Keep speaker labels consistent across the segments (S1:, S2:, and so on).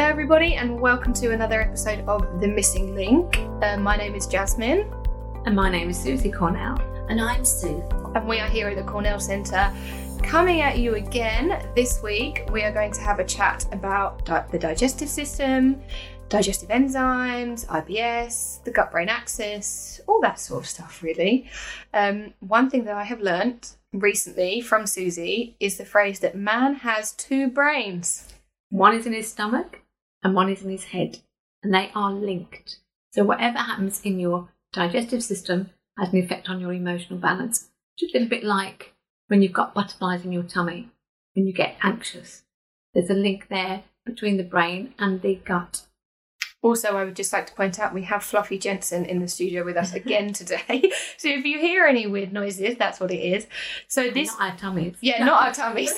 S1: everybody, and welcome to another episode of The Missing Link. Uh, my name is Jasmine,
S2: And my name is Susie Cornell.
S3: And I'm Sue.
S1: and we are here at the Cornell Centre. Coming at you again this week, we are going to have a chat about di- the digestive system, digestive enzymes, IBS, the gut brain axis, all that sort of stuff, really. Um, one thing that I have learnt recently from Susie is the phrase that man has two brains.
S2: One is in his stomach and one is in his head, and they are linked. So, whatever happens in your digestive system has an effect on your emotional balance. Just a little bit like when you've got butterflies in your tummy, when you get anxious. There's a link there between the brain and the gut.
S1: Also, I would just like to point out we have Fluffy Jensen in the studio with us again today. So if you hear any weird noises, that's what it is. So
S2: This,
S1: this,
S2: not our tummies.
S1: yeah, not our tummies.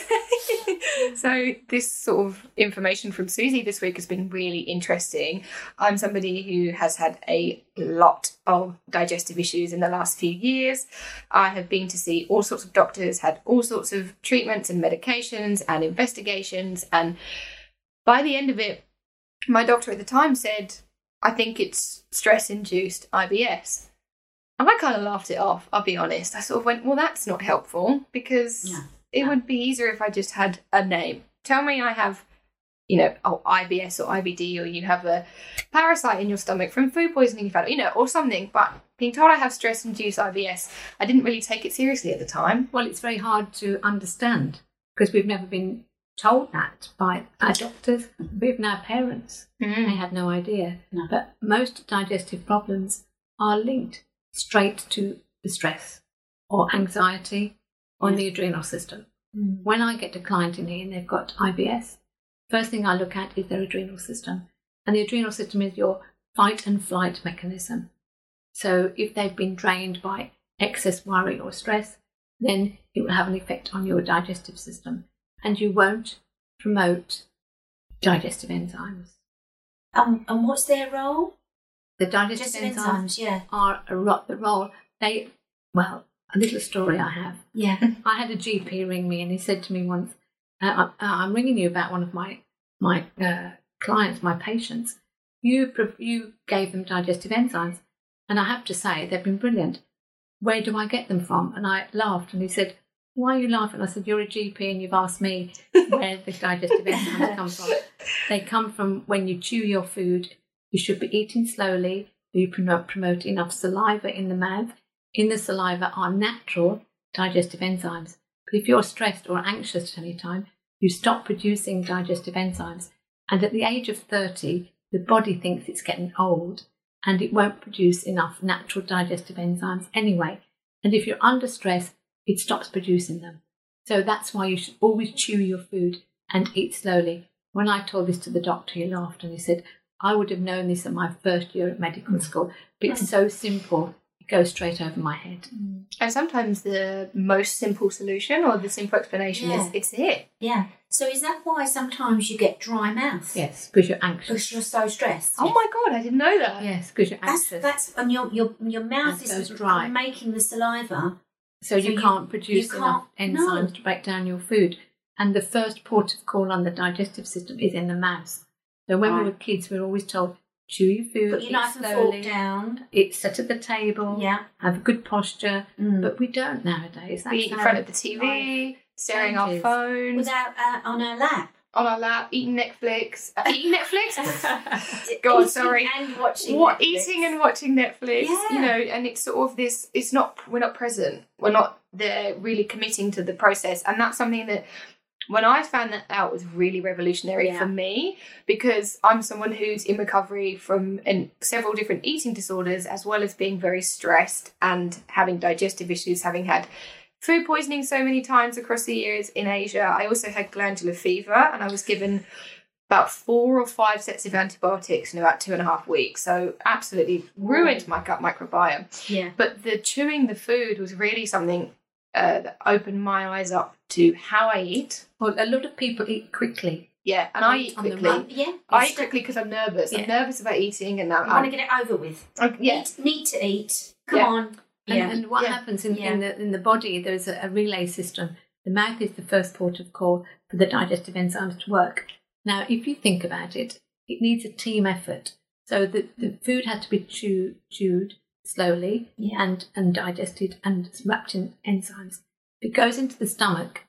S1: so this sort of information from Susie this week has been really interesting. I'm somebody who has had a lot of digestive issues in the last few years. I have been to see all sorts of doctors, had all sorts of treatments and medications and investigations, and by the end of it, my doctor at the time said, I think it's stress induced IBS. And I kind of laughed it off, I'll be honest. I sort of went, well, that's not helpful because
S3: No.
S1: it would be easier if I just had a name. Tell me I have, you know, oh, IBS or IBD or you have a parasite in your stomach from food poisoning you've had, you know, or something. But being told I have stress induced IBS, I didn't really take it seriously at the time.
S2: Well, it's very hard to understand because we've never been told that by our doctors, even our parents. They had no idea.
S3: No.
S2: But most digestive problems are linked straight to the stress or anxiety or in the adrenal system. When I get a client in here and they've got IBS, first thing I look at is their adrenal system. And the adrenal system is your fight and flight mechanism. So if they've been drained by excess worry or stress, then it will have an effect on your digestive system and you won't promote digestive enzymes.
S3: Um, and what's their role?
S2: The digestive
S3: Just
S2: enzymes,
S3: enzymes, yeah.
S2: are a ro- the role they well a little story I have.
S3: Yeah.
S2: I had a GP ring me and he said to me once, uh, I- uh, "I'm ringing you about one of my my uh, clients, my patients. You pro- you gave them digestive enzymes, and I have to say they've been brilliant. Where do I get them from?" And I laughed and he said. Why are you laughing? I said, You're a GP and you've asked me where the digestive enzymes come from. They come from when you chew your food, you should be eating slowly. You promote, promote enough saliva in the mouth. In the saliva are natural digestive enzymes. But if you're stressed or anxious at any time, you stop producing digestive enzymes. And at the age of 30, the body thinks it's getting old and it won't produce enough natural digestive enzymes anyway. And if you're under stress, it stops producing them. So that's why you should always chew your food and eat slowly. When I told this to the doctor, he laughed and he said, I would have known this at my first year at medical school, but it's so simple, it goes straight over my head.
S1: And sometimes the most simple solution or the simple explanation
S3: Yeah.
S1: is it's it.
S3: Yeah. So is that why sometimes you get dry mouth?
S2: Yes, because you're anxious.
S3: Because you're so stressed.
S1: Oh my God, I didn't know that.
S2: Yes, because you're
S3: That's
S2: anxious.
S3: that's and your your your mouth
S2: That goes
S3: is
S2: dry.
S3: making the saliva.
S2: so,
S3: so
S2: you
S3: you-
S2: can't produce
S3: you
S2: enough
S3: can't- no.
S2: enzymes to break down your food. And the first port of call on the digestive system is in the mouth. So when we
S3: Right.
S2: were kids, we were always told, chew your food,
S3: Put your
S2: eat
S3: knife and
S2: slowly, Oh.
S3: fork down.
S2: eat, sit at the table,
S3: Yeah.
S2: have good posture.
S3: Mm.
S2: But we don't nowadays. That's
S1: be in
S2: how
S1: front of the
S2: life-
S1: TV, staring our
S2: changes.
S1: phones,
S3: Without uh, on our lap.
S1: on our lap, eating Netflix, uh, eating Netflix. God,
S3: Eating
S1: sorry.
S3: And watching.
S1: what
S3: Netflix.
S1: eating and watching Netflix, you
S3: Yeah.
S1: know, and it's sort of this. It's not we're not present. We're not there really committing to the process, and that's something that when I found that out was really revolutionary
S2: Yeah.
S1: for me because I'm someone who's in recovery from and several different eating disorders, as well as being very stressed and having digestive issues, having had food poisoning so many times across the years in Asia. I also had glandular fever, and I was given about four or five sets of antibiotics in about two and a half weeks. So absolutely ruined my gut microbiome.
S3: Yeah.
S1: But the chewing the food was really something uh, that opened my eyes up to how I eat.
S2: Well, a lot of people eat quickly.
S1: Yeah, and I
S2: Right
S1: eat
S2: on the
S1: quickly.
S2: run.
S3: Yeah.
S1: I eat quickly because I'm nervous. I'm
S2: Yeah.
S1: nervous about eating, and
S3: I want
S1: I'm,
S3: to get it over with.
S1: I'm yeah.
S3: Eat, need to eat. Come
S1: Yeah.
S3: on.
S2: And,
S3: Yeah.
S2: and what
S1: Yeah.
S2: happens in,
S3: Yeah.
S2: in, the, in the body, there's a, a relay system. The mouth is the first port of call for the digestive enzymes to work. Now, if you think about it, it needs a team effort. So the, the food had to be chew, chewed slowly
S3: Yeah.
S2: and, and digested and it's wrapped in enzymes. If it goes into the stomach,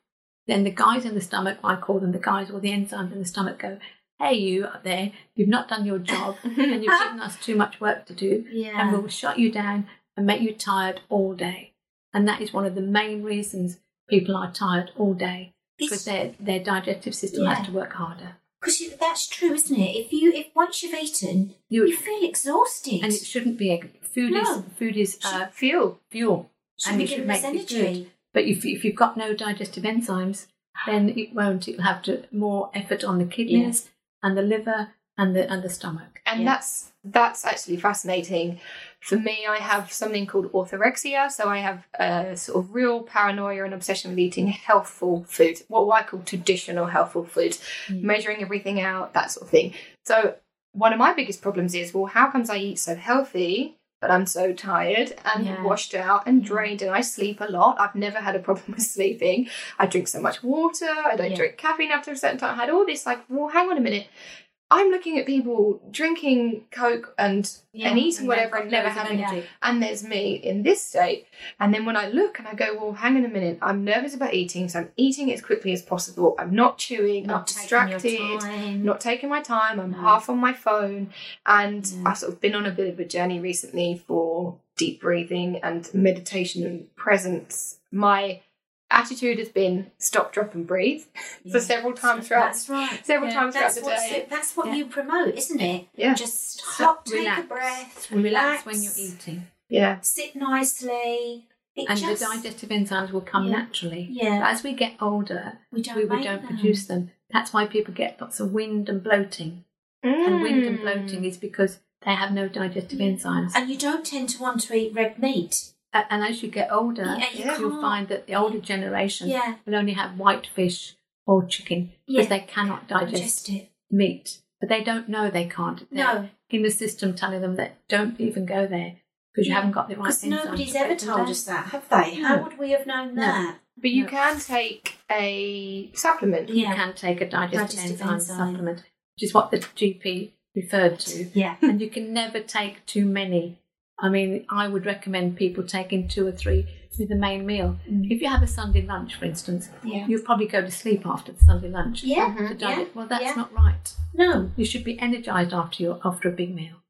S2: then the guys in the stomach, I call them the guys or the enzymes in the stomach, go, Hey, you up there, you've not done your job and you've given us too much work to do
S3: Yeah.
S2: and we'll shut you down and make you tired all day. And that is one of the main reasons people are tired all day because
S3: It's-
S2: their, their digestive system
S3: Yeah.
S2: has to work harder.
S3: Because you- that's true, isn't it? If you, if once you've eaten,
S2: You-
S3: you, feel exhausted.
S2: And it shouldn't be egg. Food is
S3: No.
S2: food is uh,
S1: Fuel.
S2: fuel,
S3: Should
S2: and
S3: be
S2: it should
S3: giving
S2: make
S3: us
S2: you
S3: energy.
S2: good. But if if you've got no digestive enzymes, then it won't. It'll have to more effort on the kidneys and the liver and the and the stomach.
S1: And
S3: Yeah.
S1: that's that's actually fascinating. For me, I have something called orthorexia, so I have a sort of real paranoia and obsession with eating healthful food, what I call traditional healthful food,
S3: Mm.
S1: measuring everything out, that sort of thing. So one of my biggest problems is, well, how comes I eat so healthy, but I'm so tired and
S3: Yeah.
S1: washed out and drained, and I sleep a lot. I've never had a problem with sleeping. I drink so much water. I don't
S3: Yeah.
S1: drink caffeine after a certain time. I had all this like, well, hang on a minute. I'm looking at people drinking Coke and
S3: Yeah,
S1: and eating
S2: And
S1: whatever
S2: they've
S1: and
S2: got
S1: never
S2: loads of
S1: having
S2: energy.
S1: and there's me in this state. And then when I look and I go, well, hang on a minute, I'm nervous about eating, so I'm eating as quickly as possible. I'm not chewing, I'm
S3: Not taking your
S1: distracted,
S3: time.
S1: not taking my time, I'm
S3: No.
S1: half on my phone. And
S3: Yeah.
S1: I've sort of been on a bit of a journey recently for deep breathing and meditation and presence. My attitude has been stop, drop, and breathe for several times throughout.
S3: That's right.
S1: Several
S2: Yeah,
S1: times throughout
S3: That's
S1: the
S3: what,
S1: day.
S3: that's what
S2: Yeah.
S3: you promote, isn't it?
S1: Yeah.
S3: Just stop, take
S2: relax.
S3: a breath,
S2: And
S3: relax,
S2: relax when you're eating,
S1: Yeah.
S3: sit nicely. It
S2: and
S3: just,
S2: the digestive enzymes will come
S3: Yeah.
S2: naturally.
S3: Yeah.
S2: But as we get older,
S3: we don't,
S2: we, we
S3: make
S2: don't
S3: them.
S2: produce them. That's why people get lots of wind and bloating. And wind and
S1: Mm.
S2: bloating is because they have no digestive enzymes.
S3: Mm. And you don't tend to want to eat red meat.
S2: A- And as you get older,
S3: Yeah, you
S2: you'll
S3: can't.
S2: find that the older generation
S3: Yeah.
S2: will only have white fish or chicken because
S3: Yeah.
S2: they cannot digest
S3: Digest it.
S2: meat. But they don't know they can't. They're
S3: No.
S2: In the system telling them that don't even go there because you
S3: Yeah.
S2: haven't got the right
S3: Because
S2: enzymes.
S3: nobody's
S2: to break
S3: ever
S2: them
S3: told
S2: down.
S3: us that, have they? How
S2: No.
S3: would we have known
S2: No.
S3: that?
S1: But you
S2: No.
S1: can take a supplement.
S2: You
S3: Yeah.
S2: can take a digestive,
S3: Digestive
S2: enzyme,
S3: enzyme.
S2: supplement, which is what the GP referred to.
S3: Yeah.
S2: and you can never take too many. I mean, I would recommend people taking two or three with the main meal.
S3: Mm.
S2: If you have a Sunday lunch, for instance,
S3: Yeah.
S2: you'll probably go to sleep after the Sunday lunch.
S3: Yeah. Mm-hmm.
S2: To
S3: yeah.
S2: digest- Well, that's
S3: yeah.
S2: not right.
S3: No.
S2: You should be energized after your after a big meal.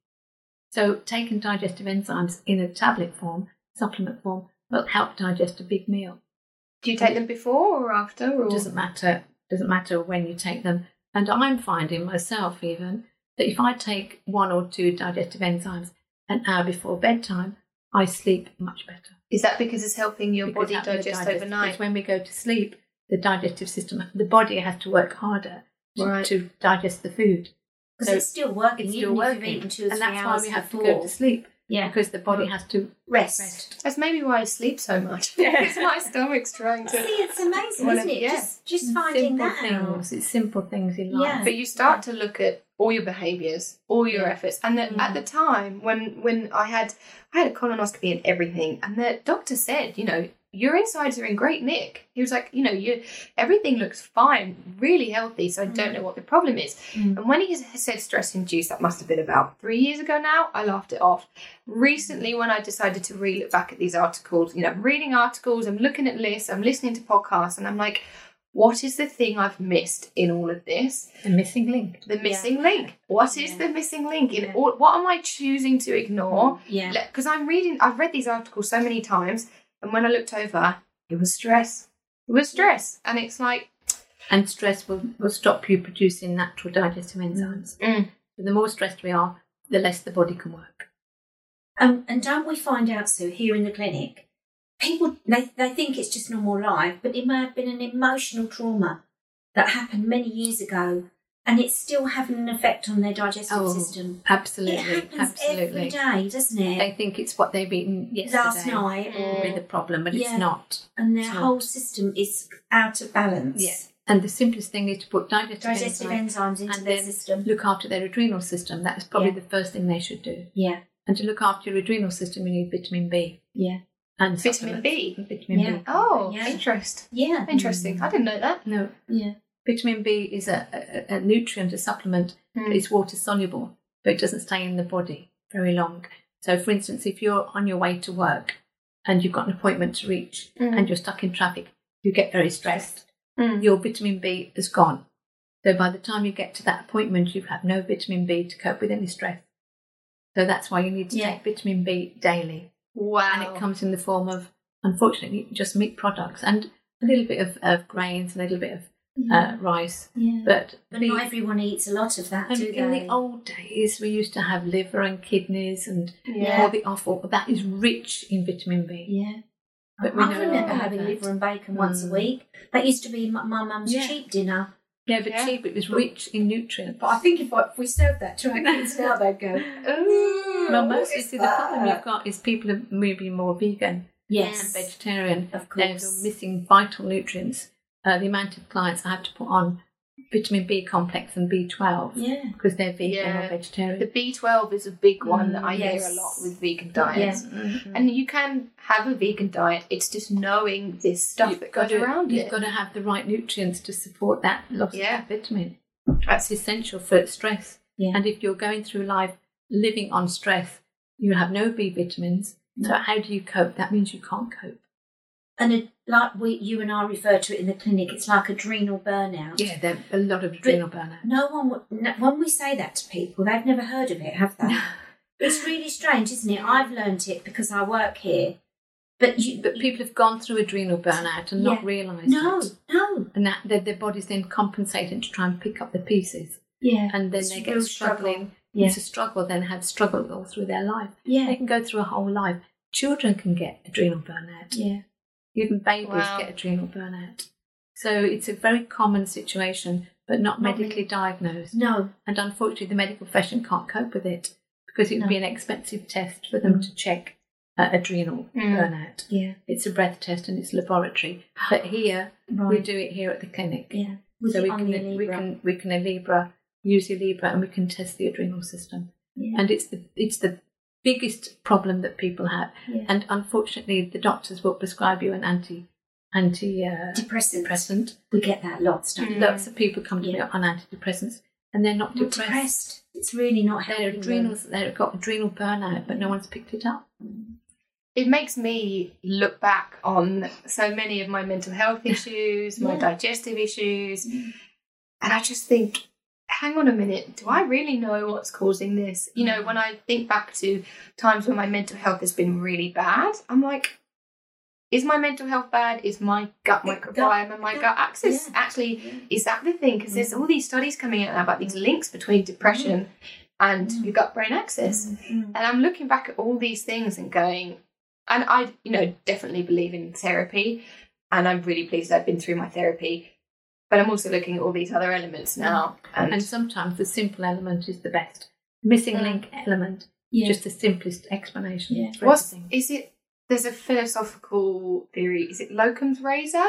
S2: So, taking digestive enzymes in a tablet form, supplement form, will help digest a big meal.
S1: Do you take them before or after? Or?
S2: It doesn't matter. Doesn't matter when you take them. And I'm finding myself even that if I take one or two digestive enzymes an hour before bedtime, I sleep much better.
S1: Is that because it's helping your
S2: Because
S1: body
S2: that- the
S1: digest,
S2: digest-
S1: overnight?
S2: Because when we go to sleep, the digestive system, the body has to work harder to,
S1: Right.
S2: to digest the food.
S3: Because it's still working,
S2: it's
S3: even
S2: still
S3: if
S2: working,
S3: you've eaten two or
S2: and
S3: three
S2: that's why
S3: hours
S2: we have
S3: before.
S2: to go to sleep
S3: Yeah.
S2: because the body has to
S3: Rest.
S2: rest.
S1: That's maybe why I sleep so much. because my stomach's trying
S3: See,
S1: to.
S3: it's amazing,
S1: Well,
S3: isn't it?
S1: yeah.
S3: Just, just
S2: It's
S3: finding
S2: simple
S3: that out.
S2: things. It's simple things in life.
S3: Yeah.
S1: But you start to look at all your behaviours, all your
S2: Yeah. Mm.
S1: efforts, and that at the time when when I had I had a colonoscopy and everything, and the doctor said, you know, your insides are in great nick. He was like, you know, you everything looks fine, really healthy. So I don't know what the problem is.
S2: Mm.
S1: And when he has- said stress induced, that must have been about three years ago now. I laughed it off. Recently, when I decided to re look back at these articles, you know, I'm reading articles, I'm looking at lists, I'm listening to podcasts, and I'm like, what is the thing I've missed in all of this?
S2: The missing link.
S1: The missing link. What is
S3: Yeah.
S1: the missing link in
S3: Yeah.
S1: all? What am I choosing to ignore?
S3: Yeah.
S1: Because I'm reading, I've read these articles so many times, and when I looked over, it was stress. It was stress, and it's like,
S2: and stress will, will stop you producing natural digestive enzymes.
S1: Mm.
S2: So the more stressed we are, the less the body can work.
S3: Um, and don't we find out, Sue, here in the clinic, people they, they think it's just normal life, but it may have been an emotional trauma that happened many years ago, and it's still having an effect on their digestive system.
S2: Oh, absolutely,
S3: It happens every
S2: absolutely.
S3: day, doesn't
S2: They
S3: it?
S2: think it's what they've eaten yesterday Mm.
S3: Last night,
S2: will
S3: or,
S2: be the problem, but
S3: Yeah.
S2: it's not.
S3: and their
S2: It's not.
S3: whole system is out of balance.
S2: And the simplest thing is to put digestive,
S3: Digestive
S2: enzymes
S3: enzymes into
S2: and
S3: their
S2: then
S3: system.
S2: look after their adrenal system. That is probably
S3: Yeah.
S2: the first thing they should do.
S3: yeah,
S2: And to look after your adrenal system, you need vitamin B
S3: yeah,
S2: and
S1: Vitamin B?
S2: supplements. Vitamin
S3: Yeah. Mm.
S2: B.
S1: oh,
S3: Yeah.
S1: interest.
S3: yeah,
S1: Interesting. I didn't know that.
S2: No,
S3: yeah.
S2: Vitamin B is a, a, a nutrient, a supplement.
S1: Mm.
S2: It's water soluble, but it doesn't stay in the body very long. So, for instance, if you're on your way to work and you've got an appointment to reach
S1: Mm.
S2: and you're stuck in traffic, you get very stressed.
S1: Mm.
S2: Your vitamin B is gone. So, by the time you get to that appointment, you have no vitamin B to cope with any stress. So, that's why you need to
S3: Yeah.
S2: take vitamin B daily.
S1: Wow.
S2: And it comes in the form of, unfortunately, just meat products and a little bit of, of grains, a little bit of uh, rice.
S3: yeah. Mm. But,
S2: But,
S3: not everyone eats a lot of that,
S2: and
S3: do they?
S2: in the old days, we used to have liver and kidneys and
S1: Yeah.
S2: all the offal. That is rich in vitamin B.
S3: yeah.
S2: But we
S3: I
S2: no
S3: can remember
S2: longer have
S3: having
S2: that.
S3: liver and bacon once a
S2: Mm.
S3: week. That used to be my, my mum's
S2: Yeah.
S3: cheap dinner.
S2: Yeah, but
S1: Yeah.
S2: cheap. It was rich in nutrients.
S3: But I think if, I, if we served that to our kids now, they'd go,
S1: Ooh,
S2: well,
S1: what
S2: mostly
S1: is
S2: see, the problem
S1: that?
S2: you've got is people are maybe more vegan and
S3: yes.
S2: vegetarian.
S3: Of
S2: They're
S3: course.
S2: missing vital nutrients. Uh, the amount of clients I have to put on vitamin B complex and B12
S3: Yeah.
S2: because they're vegan
S1: Yeah.
S2: or vegetarian.
S1: The B12 is a big one that I
S3: Mm,
S1: hear a
S3: yes.
S1: lot with vegan diets.
S2: Mm.
S1: And you can have a vegan diet, it's just knowing this stuff
S2: You've
S1: that
S2: got
S1: goes
S2: to-
S1: around
S2: You've
S1: it.
S2: got to have the right nutrients to support that loss
S1: Yeah.
S2: of that vitamin. That's essential for stress.
S3: Yeah.
S2: And if you're going through life living on stress, you have no B vitamins. So how do you cope? That means you can't cope.
S3: And it, like we, you and I refer to it in the clinic, it's like adrenal burnout.
S2: Yeah, there a lot of adrenal burnout.
S3: No one would, no, when we say that to people, they've never heard of it, have they? it's really strange, isn't it? I've learnt it because I work here. But you,
S2: But people have gone through adrenal burnout and not
S3: Yeah.
S2: realised
S3: no,
S2: it.
S3: no.
S2: And that their, their body's then compensating to try and pick up the pieces.
S3: Yeah.
S2: And then
S3: It's
S2: they
S3: a
S2: get
S3: real
S2: struggling.
S3: Yeah.
S2: It's a struggle, then have struggled all through their life. They
S3: Yeah.
S2: can go through a whole life. Children can get adrenal burnout.
S3: Yeah.
S2: Even babies
S1: Wow.
S2: get adrenal burnout. So it's a very common situation, but not,
S3: Not
S2: medically diagnosed.
S3: No.
S2: And unfortunately, the medical profession can't cope with it because it would
S3: No.
S2: be an expensive test for them
S3: Mm.
S2: to check uh, adrenal
S1: Mm.
S2: burnout.
S3: Yeah.
S2: It's a breath test and it's laboratory. But here, we
S3: Right.
S2: do it here at the clinic.
S3: Yeah. With
S2: so
S3: it
S2: we
S3: on
S2: can,
S3: the
S2: we
S3: Libra.
S2: can we can a Libra use a Libra and we can test the adrenal system.
S3: Yeah.
S2: And it's the it's the biggest problem that people have.
S3: Yeah.
S2: And unfortunately, the doctors will prescribe you an anti anti uh,
S3: Depressant.
S2: depressant.
S3: We get that lots, don't we?
S1: Mm.
S2: Lots of people come to me
S3: Yeah.
S2: on antidepressants, and they're not
S3: Not
S2: depressed.
S3: depressed. It's really not
S2: Their
S3: helping.
S2: adrenals they've got adrenal burnout, but no one's picked it up.
S1: it makes me look back on so many of my mental health issues, my
S3: Yeah.
S1: digestive issues, and I just think, hang on a minute, do I really know what's causing this? You know, when I think back to times when my mental health has been really bad, I'm like, is my mental health bad? Is my gut
S3: It- gut-
S1: microbiome and my
S3: gut-
S1: gut, axis
S3: yeah.
S1: actually
S3: Yeah.
S1: is that the thing? Because there's all these studies coming out now about these links between depression and
S3: Mm.
S1: your gut brain axis.
S3: Mm.
S1: And I'm looking back at all these things and going, and I, you know, definitely believe in therapy. And I'm really pleased I've been through my therapy. But I'm also looking at all these other elements now. And,
S2: And sometimes the simple element is the best. Missing
S1: Mm.
S2: link element,
S3: Uh, Yeah.
S2: just the simplest explanation.
S3: Yeah.
S2: for
S1: what's,
S2: everything.
S1: is it, there's a philosophical theory, is it locum's razor?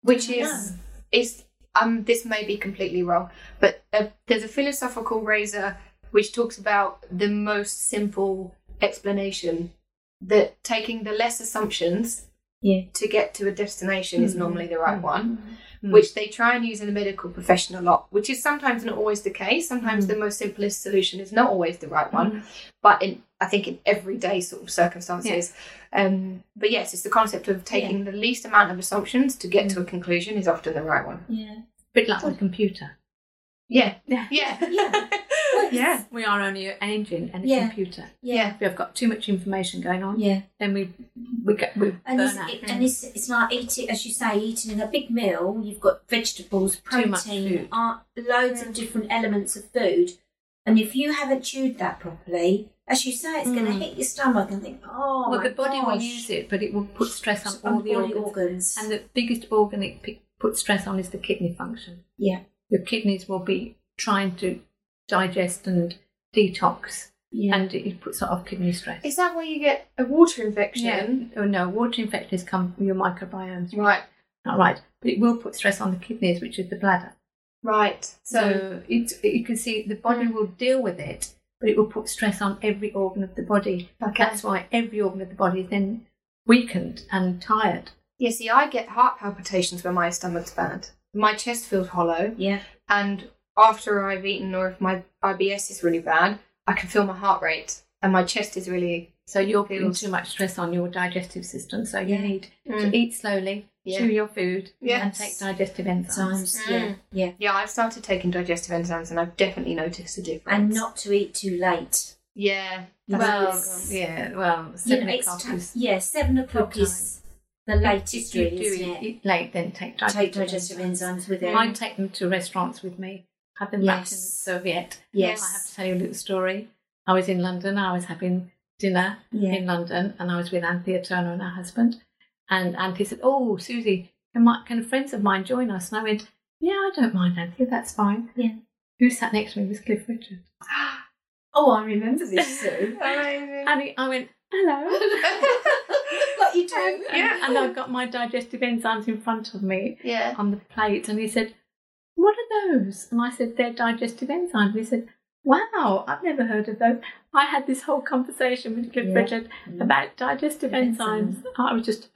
S1: Which is, is, um, this may be completely wrong, but uh, there's a philosophical razor which talks about the most simple explanation that taking the less assumptions
S3: yeah. Hmm.
S1: to get to a destination is
S3: Mm.
S2: Mhm.
S1: normally the right
S2: Mhm.
S1: one,
S2: Mm.
S1: which they try and use in the medical profession a lot, which is sometimes not always the case.
S2: Hmm.
S1: Sometimes the most simplest solution is not always the right one, but in I think in everyday sort of circumstances. Um, but yes, it's the concept of taking the least amount of assumptions to
S2: Hmm.
S1: get to a conclusion is often the right one.
S3: Yeah.
S2: bit like the computer.
S1: Yeah, Oh.
S2: Yeah.
S1: yeah,
S3: Yeah.
S1: yeah,
S2: We are only an engine and a
S3: Yeah.
S2: computer.
S1: yeah.
S2: If we've got too much information going on,
S3: Yeah.
S2: then we we get we
S3: And,
S2: burn
S3: it's,
S2: out.
S3: it, and it's, it's like eating, as you say, eating in a big meal. You've got vegetables,
S2: Too much
S3: protein,
S2: food. Mm.
S3: uh, loads of different elements of food. And if you haven't chewed that properly, as you say, it's going to
S2: Mm.
S3: hit your stomach and think, oh,
S2: well,
S3: my
S2: the body will
S3: gosh.
S2: use it, but it will put stress on
S3: It's
S2: all the organs.
S3: organs.
S2: And the biggest organ it p- puts stress on is the kidney function.
S3: yeah,
S2: Your kidneys will be trying to digest and detox,
S3: yeah,
S2: and it puts a lot of kidney stress.
S1: Is that where you get a water
S2: yeah.
S1: infection?
S2: Oh no, water infection has come from your microbiome.
S1: Right,
S2: Not right, but it will put stress on the kidneys, which is the bladder.
S1: right.
S2: So,
S1: So,
S2: it, you can see the
S3: Mm.
S2: body will deal with it, but it will put stress on every organ of the body.
S1: Okay.
S2: That's why every organ of the body is then weakened and tired.
S1: yeah, see, I get heart palpitations when my stomach's bad. my chest feels hollow,
S3: Yeah.
S1: and after I've eaten or if my IBS is really bad, I can feel my heart rate and my chest is really
S2: So you're putting
S1: Feels-
S2: too much stress on your digestive system. So you
S3: Yeah.
S2: need
S1: Mm.
S2: to eat slowly,
S1: Yeah.
S2: chew your food, and
S1: Yes.
S2: take digestive enzymes.
S3: Times.
S1: Mm.
S3: Yeah. Yeah.
S1: Yeah, I've started taking digestive enzymes and I've definitely noticed a difference.
S3: And not to eat too late.
S1: Yeah.
S2: Well,
S3: Yes.
S2: yeah, well,
S3: You
S2: seven
S3: know, it's
S2: o'clock
S3: ti-
S2: is
S3: yeah, seven o'clock
S2: Good
S3: is the
S2: If
S3: latest,
S2: you
S3: really,
S2: do
S3: isn't it?
S2: eat late, then take digestive,
S3: Take digestive enzymes with it.
S2: I take them to restaurants with me. Have them wrapped in
S3: Yes.
S2: serviette.
S3: Yes.
S2: I have to tell you a little story. I was in London. I was having dinner
S3: Yeah.
S2: in London, and I was with Anthea Turner and her husband. And Anthea said, "Oh, Susie, can, my, can friends of mine join us?" And I went, "Yeah, I don't mind, Anthea. That's fine."
S3: Yeah.
S2: Who sat next to me was Cliff Richard.
S3: Oh, I remember this too.
S1: Amazing.
S2: And he- I went, "Hello."
S3: like you do.
S1: Yeah.
S2: And I've got my digestive enzymes in front of me,
S1: yeah.
S2: on the plate and he said, What are those? And I said, They're digestive enzymes. And he said, Wow, I've never heard of those. I had this whole conversation with Cliff
S3: Yeah. Mm.
S2: Richard about digestive
S3: Enzymes.
S2: enzymes. I was just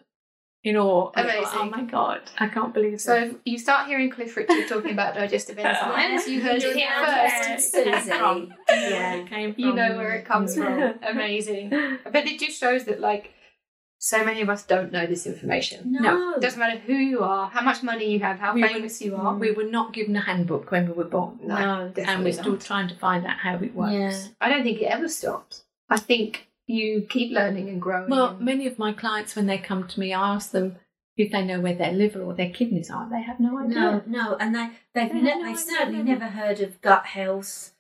S2: in awe. I thought,
S1: Amazing.
S2: Oh my God, I can't believe
S1: So
S2: it.
S1: if you start hearing Cliff Richard talking about digestive enzymes, you heard it
S3: You're
S1: here
S3: now
S1: first.
S3: Susie.
S2: From-
S3: Yeah.
S2: It came
S1: You
S2: from-
S1: know where it comes from. Amazing. But it just shows that like so many of us don't know this information.
S3: No.
S1: It doesn't matter who you are, how much money you have, how
S2: We
S1: famous you are.
S2: We were not given a handbook when we were born.
S1: No,
S2: And
S1: definitely
S2: we're still
S1: not.
S2: trying to find out how it works.
S3: Yeah.
S1: I don't think it ever stops. I think you keep learning and
S3: Oh,
S1: growing.
S2: Well,
S1: and-
S2: many of my clients, when they come to me, I ask them if they know where their liver or their kidneys are. They have no idea.
S3: No, Oh, no, and they they've
S2: They
S3: ne-
S2: have no
S3: they've
S2: idea,
S3: certainly
S2: don't they?
S3: never heard of gut health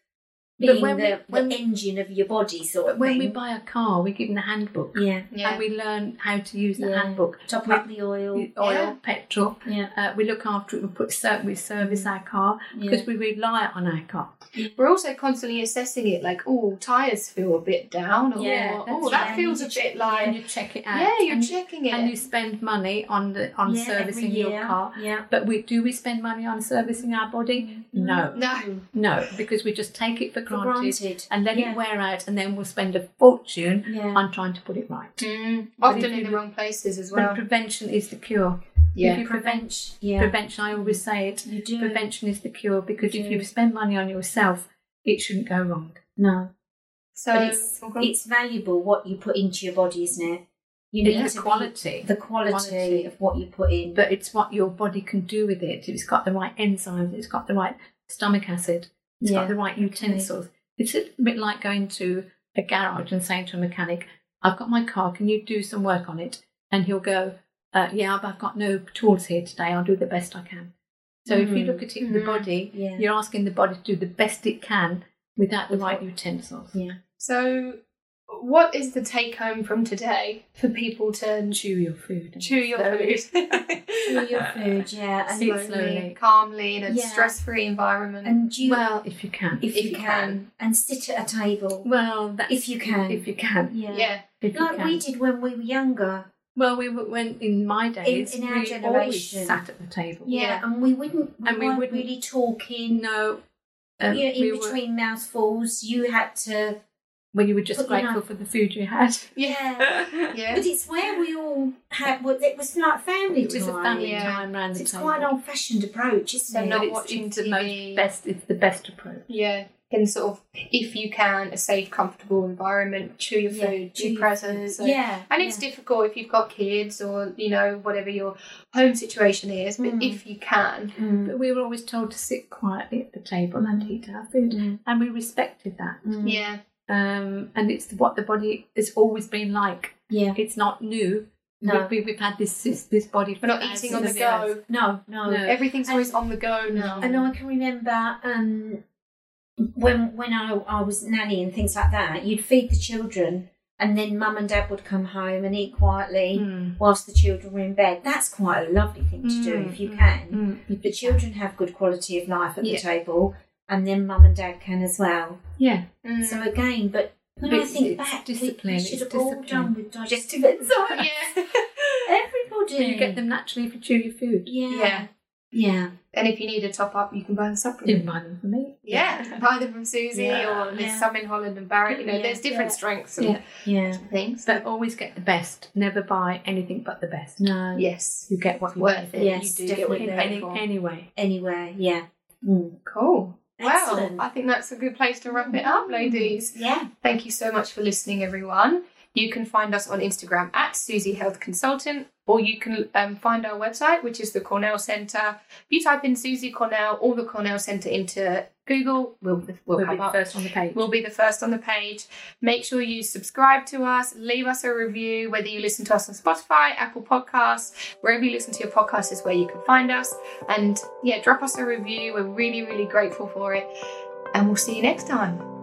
S2: But
S3: being
S2: when we-
S3: the,
S2: when-
S3: the engine of your body sort
S2: But
S3: of
S2: when we
S3: thing.
S2: buy a car, we're given a handbook
S3: yeah,
S1: yeah.
S2: and we learn how to use the
S3: Yeah.
S2: handbook.
S3: top
S2: We-
S3: up the oil.
S2: We- Oil,
S1: Yeah.
S2: petrol.
S3: Yeah, Mm.
S2: Uh, we look after it. We put ser- we service our car because
S3: yeah.
S2: we rely on our car.
S1: We're also constantly assessing it, like, oh, tires feel a bit down, or
S2: Yeah, that's
S1: oh, that
S3: right.
S1: feels a
S3: You check-
S1: bit like
S2: and you check it out.
S1: yeah, you're
S2: and
S1: checking
S2: You,
S1: it.
S2: and you spend money on the on
S3: Yeah, every
S2: servicing your
S3: year.
S2: car.
S3: Yeah. Mm.
S2: But we do we spend money on servicing our body? No,
S1: no,
S2: no, because we just take it for
S3: For
S2: granted.
S3: granted.
S2: and let
S3: Yeah.
S2: it wear out, and then we'll spend a fortune
S3: Yeah.
S2: on trying to put it right.
S1: Mm,
S2: But
S1: often
S2: if
S1: in
S2: you-
S1: the wrong places as
S2: Well,
S1: well.
S2: prevention is the cure. If
S1: Yeah,
S2: you prevent
S3: Yeah.
S2: prevention, I always say it.
S3: you do
S2: Prevention is the cure because if you
S3: Yeah.
S2: spend money on yourself, it shouldn't go wrong.
S3: No.
S1: so
S3: but it's,
S1: Oh, God.
S3: it's valuable what you put into your body, isn't it? You need
S2: it's
S3: to
S2: the
S3: be-
S2: quality,
S3: the quality,
S2: Quality.
S3: of what you put in.
S2: but it's what your body can do with it. If It's got the right enzymes. It's got the right stomach acid. It's
S3: Yeah.
S2: got the right utensils. It's a bit like going to a garage and saying to a mechanic, "I've got my car. Can you do some work on it?" And he'll go, uh, "Yeah, but I've got no tools here today. I'll do the best I can." So if you
S3: Mm.
S2: look at it, in the
S1: Mm.
S2: body,
S3: Yeah.
S2: you're asking the body to do the best it can without the
S3: With
S2: right
S3: what-
S2: utensils.
S3: yeah.
S1: so what is the take home from today for people to
S2: Chew your food. and
S1: chew your
S2: slowly.
S1: food,
S3: Chew your
S2: Uh,
S3: food, yeah, and,
S2: Sit
S1: slowly,
S2: slowly.
S1: calmly, in a
S3: Yeah.
S1: stress-free environment?
S3: and you
S2: um, Well, if you can.
S3: if, you can, and sit at a table.
S2: well, that's
S3: If you can.
S2: If you can.
S3: Yeah.
S1: yeah,
S2: If you
S3: Like
S2: can.
S3: we did when we were younger.
S2: Well, we were, when in my days,
S3: in our
S2: we always
S3: generation.
S2: sat at the table.
S3: Yeah, and we wouldn't we
S2: And we
S3: weren't
S2: wouldn't-
S3: really talking.
S2: No, um,
S3: you know, in
S2: we were-
S3: between mouthfuls, you had to.
S2: when you were just
S3: But, you
S2: grateful
S3: know-
S2: for the food you had.
S3: Yeah,
S2: it
S1: yeah.
S3: but it's where we all had. Well, it was like family
S2: was a
S3: time.
S2: family
S1: Yeah.
S2: time round the
S3: It's
S2: table.
S3: quite an old-fashioned approach, isn't
S1: So
S3: it?
S1: not
S2: It's-
S1: watching
S2: it's the
S1: TV.
S2: most best. It's the best approach.
S1: Yeah, in sort of, if you can, a safe, comfortable environment, chew your
S3: Yeah,
S1: food,
S3: chew
S1: be
S3: your
S1: present. So.
S3: yeah,
S1: And it's difficult if you've got kids or, you know, whatever your home situation is, but
S3: Mm.
S1: if you can.
S3: Mm.
S2: But we were always told to sit quietly at the table and eat our food,
S3: Mm.
S2: and we respected that.
S3: Mm.
S1: Yeah,
S2: Um, and it's what the body has always been like.
S3: yeah.
S2: It's not new.
S3: No.
S2: We, we, we've had this this, this body. for
S1: we're not
S2: thousands
S1: eating on the
S2: of years.
S1: go.
S3: No, no,
S2: No.
S1: Everything's
S3: And-
S1: always on the go now.
S3: And I can remember um, when when I, I was nanny and things like that, you'd feed the children, and then mum and dad would come home and eat quietly
S2: Mm.
S3: whilst the children were in bed. That's quite a lovely thing to do if you can.
S2: Mm. If
S3: The
S2: you
S3: children have good quality of life at
S2: Yeah.
S3: the table, and then mum and dad can as well.
S2: can. Yeah.
S1: Mm.
S3: So again, but when
S2: But
S3: I think
S2: it's
S3: back, we-
S2: discipline,
S3: we
S2: it's
S3: should have all
S2: discipline.
S3: done with digestive enzymes.
S1: yeah.
S3: Everybody.
S2: You get them naturally if you chew your food.
S3: Yeah.
S1: Yeah.
S3: Yeah.
S1: And if you need a top up, you can buy the supplement.
S2: Didn't buy them for me.
S1: Yeah, you can buy them from Susie
S2: Yeah.
S1: or there's
S3: Yeah.
S1: some in Holland and Barrett. You know,
S3: Yeah,
S1: there's different
S3: yeah.
S1: strengths and
S2: Yeah.
S3: Yeah.
S1: things.
S2: But always get the best. Never buy anything but the best.
S3: No.
S1: yes,
S2: You get what you
S1: worth it.
S3: Um, Yes,
S1: you do get what you
S2: Any,
S1: pay
S3: definitely.
S1: for.
S2: anyway.
S3: Anywhere. Yeah.
S1: Cool.
S3: Excellent. Mm.
S1: Wow, I think that's a good place to wrap it up, ladies.
S3: Yeah.
S1: Thank you so much for listening, everyone. You can find us on Instagram at Susie Health Consultant, or you can um, find our website, which is the Cornell Centre. If you type in Susie Cornell or the Cornell Centre into Google, we'll, we'll,
S2: We'll be
S1: come
S2: the
S1: up.
S2: first on the page.
S1: We'll be the first on the page. Make sure you subscribe to us, leave us a review, whether you listen to us on Spotify, Apple Podcasts, wherever you listen to your podcast is where you can find us. And yeah, drop us a review. We're really, really grateful for it. And we'll see you next time.